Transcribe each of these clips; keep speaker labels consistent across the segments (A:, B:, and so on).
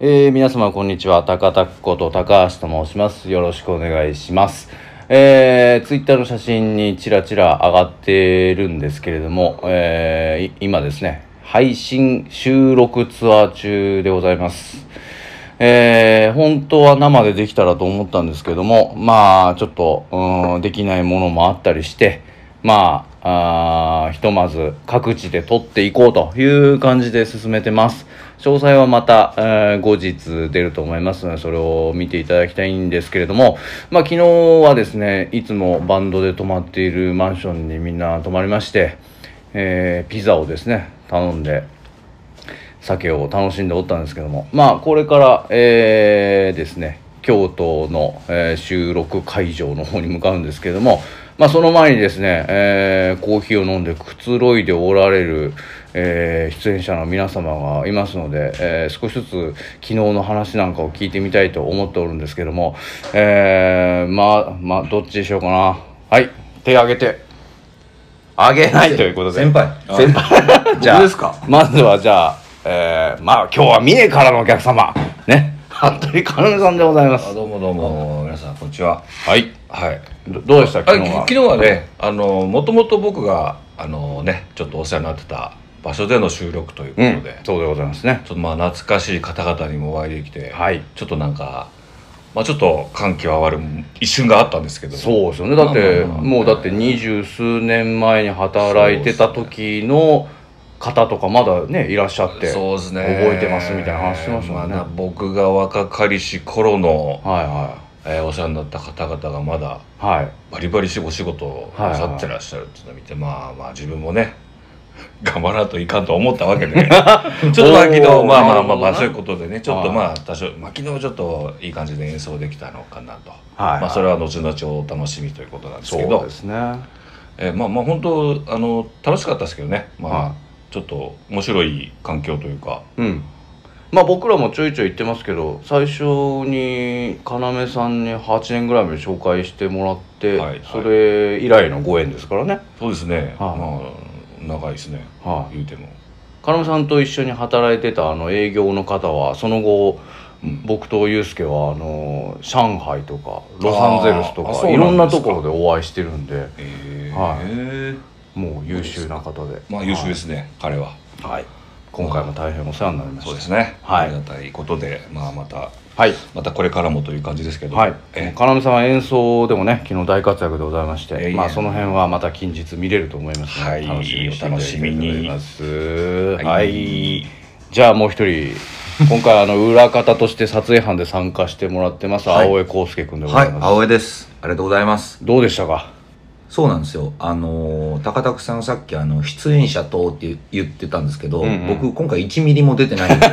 A: えー皆様こんにちは高田こと高橋と申しますよろしくお願いしますえツイッター Twitter の写真にちらちら上がってるんですけれども、えーい今ですね配信収録ツアー中でございますえー本当は生でできたらと思ったんですけどもまあちょっとうーんできないものもあったりしてまああーひとまず各地で撮っていこうという感じで進めてます詳細はまた、えー後日出ると思いますのでそれを見ていただきたいんですけれどもまあ昨日はですねいつもバンドで泊まっているマンションにみんな泊まりまして、えーピザをですね頼んで酒を楽しんでおったんですけどもまあこれから、えーですね京都の、えー収録会場の方に向かうんですけども、まあ、その前にですね、えーコーヒーを飲んでくつろいでおられる、えー出演者の皆様がいますので、えー少しずつ昨日の話なんかを聞いてみたいと思っておるんですけども、えーまあまあどっちにしようかなはい手挙げてあげないということで
B: 先輩
A: 先 輩じゃあ
B: 僕ですか
A: まずはじゃあ、えー、まあ今日は三重からのお客様ね服部かなめさんでございま
B: あ
A: す
B: どうもどうも皆さんこんにちは
A: はい
B: はい
A: どどうでした
B: あ
A: 昨
B: れ
A: 日は
B: 昨日はねあのもともと僕があのねちょっとお世話になってた場所での収録ということ
A: う
B: で、
A: ん
B: ちょっ
A: そうでございますね
B: とまあ懐かしい方々にもお会いできて、
A: はい
B: ちょっとなんかまあちょっと感極は悪い一瞬があったんですけど
A: そうですよねだって、
B: まあまあまあ
A: もうだって二十数年前に働いてた時の方とかまだねいらっしゃって
B: そうですね
A: 覚えてますみたいな話してましたもんね、
B: だ僕が若かりし頃の、
A: は
B: えーお世話になった方々がまだ
A: いはいはい
B: バリバリしお仕事をなさってらっしゃるっていうのを見て、まあまあ自分もね 頑張らんといかんと思ったわけで ちょっとまあ昨日
A: おー
B: まあまあ
A: なる
B: ま
A: ほど
B: あ
A: な
B: まあそういうことでねちょっと
A: はい
B: まあ多少、まあ、昨日ちょっといい感じで演奏できたのかなと、
A: はい
B: まあ、それは後々お楽しみということなんです
A: そ
B: け
A: う
B: ど
A: ですねは
B: えーまあまあ本当あの楽しかったですけどねまあ、
A: はい
B: ちょっと面白い環境というか
A: うんまあ僕らもちょいちょい言ってますけど最初に要さんに8年ぐらい前に紹介してもらって、
B: はいはい
A: それ以来のご縁ですからね
B: そうですね、
A: は
B: まあ長いですね
A: はい
B: 言うても
A: 要さんと一緒に働いてたあの営業の方はその後、
B: うん
A: 僕とユースケはあの上海とかロサンゼルスと
B: あー
A: か
B: あそうなんですか
A: いろんなところでお会いしてるんで
B: えー
A: はもう優秀な方で
B: まあ優秀ですね、彼は。
A: はい、はい今回も大変お世話になりま
B: そうで
A: し
B: すね、
A: はい
B: ありがたいことで、まあ、また
A: たはい
B: またこれからもという感じですけど、
A: はい、
B: え
A: 要さんは演奏でもね昨日大活躍でございまして、
B: いやいや
A: まあ、その辺はまた近日見れると思いますので、
B: はい
A: していただきたいと思いますはい、
B: はい
A: じゃあもう一人今回あの裏方として撮影班で参加してもらってます、
C: はい
A: 青江康介君でござ
C: はいい、
A: ます、
C: 青江です。ありがとうございます。
A: どうでしたか
C: そうなんですよ。あのー高田さんさっきあの出演者とって言ってたんですけど、
A: うんうん
C: 僕今回1ミリも出てな いんで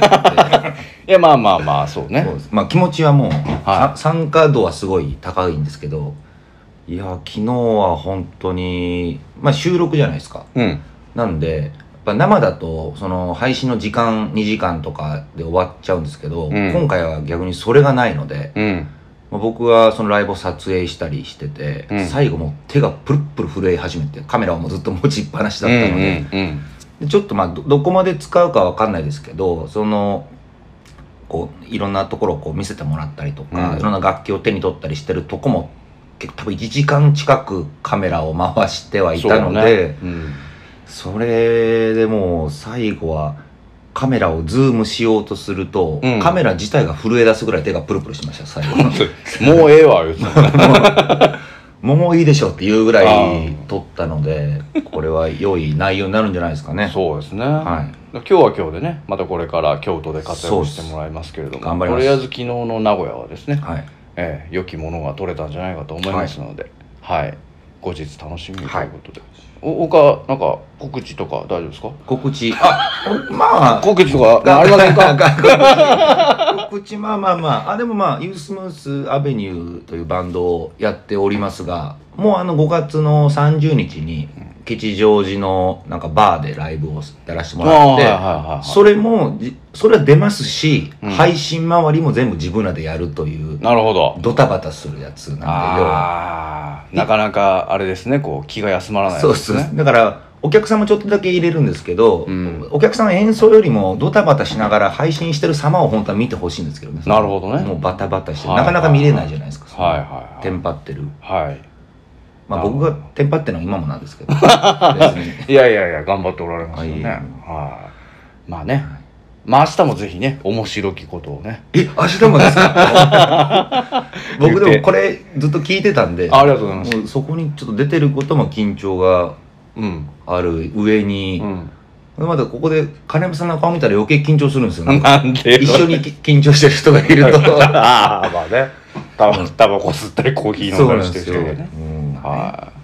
A: いやまあまあまあそうね
C: そうですまあ気持ちはもう、
A: は
C: さ参加度はすごい高いんですけど、いや昨日は本当にまあ収録じゃないですか。
A: うん
C: なんでやっぱ生だとその配信の時間2時間とかで終わっちゃうんですけど、
A: ん
C: 今回は逆にそれがないので。
A: うん
C: まあ、僕はそのライブを撮影したりしてて、
A: うん
C: 最後もう手がプルップル震え始めてカメラをもうずっと持ちっぱなしだ
A: う
C: っ
A: ん
C: たので,、
A: うん
C: でちょっとまあどどこまで使うかわかんないですけどそのこういろんなところをこう見せてもらったりとか、
A: うん
C: いろんな楽器を手に取ったりしてるとこも結構多分1時間近くカメラを回しては
A: うん
C: いたの
A: そ
C: で
A: うねうん
C: そ,、れでもう最後はカメラをズームしようとすると、
A: うん
C: カメラ自体が震え出すぐらい手がプルプルしました最後。
A: もうええわ言うて
C: ももいいでしょっていうぐら
A: あ
C: い
A: ー
C: 撮ったのでこれは良い内容になるんじゃないですかね
A: そうですね、
C: は
A: 今日は今日でねまたこれから京都で活躍してもらいますけれども
C: そうです頑張ります
A: とりあえず昨日の名古屋はですね、
C: はい
A: ええ良きものが取れたんじゃないかと思いますので、はい後日楽しみにということで、お他なんか告知とか大丈夫ですか
C: 告知あまあ
A: 告知とかありませんか
C: 告知まあまあまああでもまあユースムースアベニューというバンドをやっておりますがもうあの5月の30日に吉祥寺のなんかバーでライブをやらせてもらっ
A: あーはい
C: て、
A: はいはいはい
C: それもじそれは出ますし、
A: うん
C: 配信周りも全部自分らでやるという
A: なるほど
C: ドタバタするやつなんで要は
A: ああなかなかあれですねこう気が休まらない
C: そう
A: で
C: ですす
A: ね
C: ねだからお客さんもちょっとだけ入れるんですけど、
A: うん
C: お客さんの演奏よりもドタバタしながら配信してる様を本当は見てほしいんですけどね
A: なるほどね
C: もうバタバタして、
A: はい
C: なかなか見れないじゃないですか、
A: はいはいはい
C: テンパってる
A: はい
C: ま
A: な
C: あ
A: るほ
C: 僕
A: ど
C: がテンパってるのは今もなんですけど別 に
A: いやいやいや頑張っておられますよね
C: あいえい
A: はいまあねまあ明日もぜひね面白きことをね
C: え明日もですか 僕
A: 言っ
C: で
A: て
C: もこれずっと聞いてたんで
A: あありがとうございます
C: もうそこにちょっと出てることも緊張が
A: うん
C: ある上に
A: う、ん
C: まだここで金山さんの顔見たら余計緊張するんですよね
A: なんで
C: 一緒にき緊張してる人がいると
A: ああまあねタバタバコ吸ったりコーヒー飲ん
C: そ
A: だ
C: う
A: り
C: な
A: し
C: ん
A: てる
C: です
A: 人
C: よ、
A: がね
C: うん
A: はい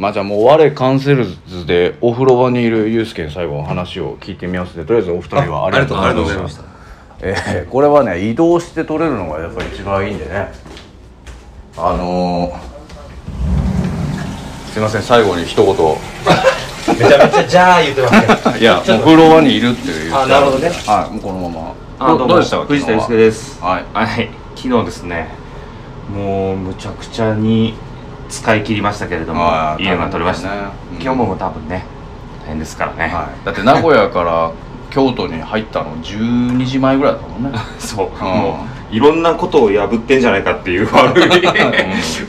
A: まあじゃあもう我カンセルズでお風呂場にいるユースケに最後お話を聞いてみますねとりあえずお二人はありがとうございました
C: ありがとうございました
A: えーこれはね移動して取れるのがやっぱ一番いいんでねあのーすいません最後に一言
D: めちゃめちゃじゃあ言ってますけど
A: いやもう風呂場にいるっていう
D: あなるほどね
A: はいもうこのまま
D: あどうも
A: 昨
D: 藤
A: 日
D: 田
A: は
D: 祐介です
A: はい
D: はい昨日ですねもうむちゃくちゃに使い切りましたけれども
A: あー
D: いいのが取れました、
A: 大変だねうん
D: 今日も多分ね大変ですからね、
A: はい、だって名古屋から京都に入ったの12時前ぐらいだったもんね
D: そう、
A: ん
D: もういろんなことを破ってんじゃないかって いう悪い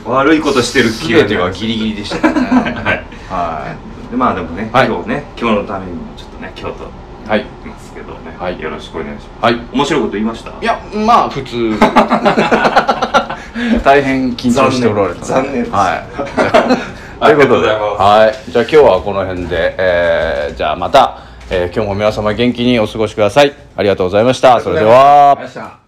D: 悪いことしてる気が
A: 全てはギリギリでした からねは
D: でまあでもね、
A: はい
D: 今日ね今日のためにもちょっとね京都
A: いはい
D: いますけどね、
A: はい
D: よろしくお願いします
A: はい
D: 面白いこと言いました
A: いやまあ普 通大変緊張しておられたの
D: 残念残念です
A: はい、
D: ありがとう
A: と
D: ございます
A: はいじゃあ今日はこの辺で、えーじゃあまた、えー今日も皆様元気にお過ごしくださいありがとうございましたそれでは
B: よっしゃ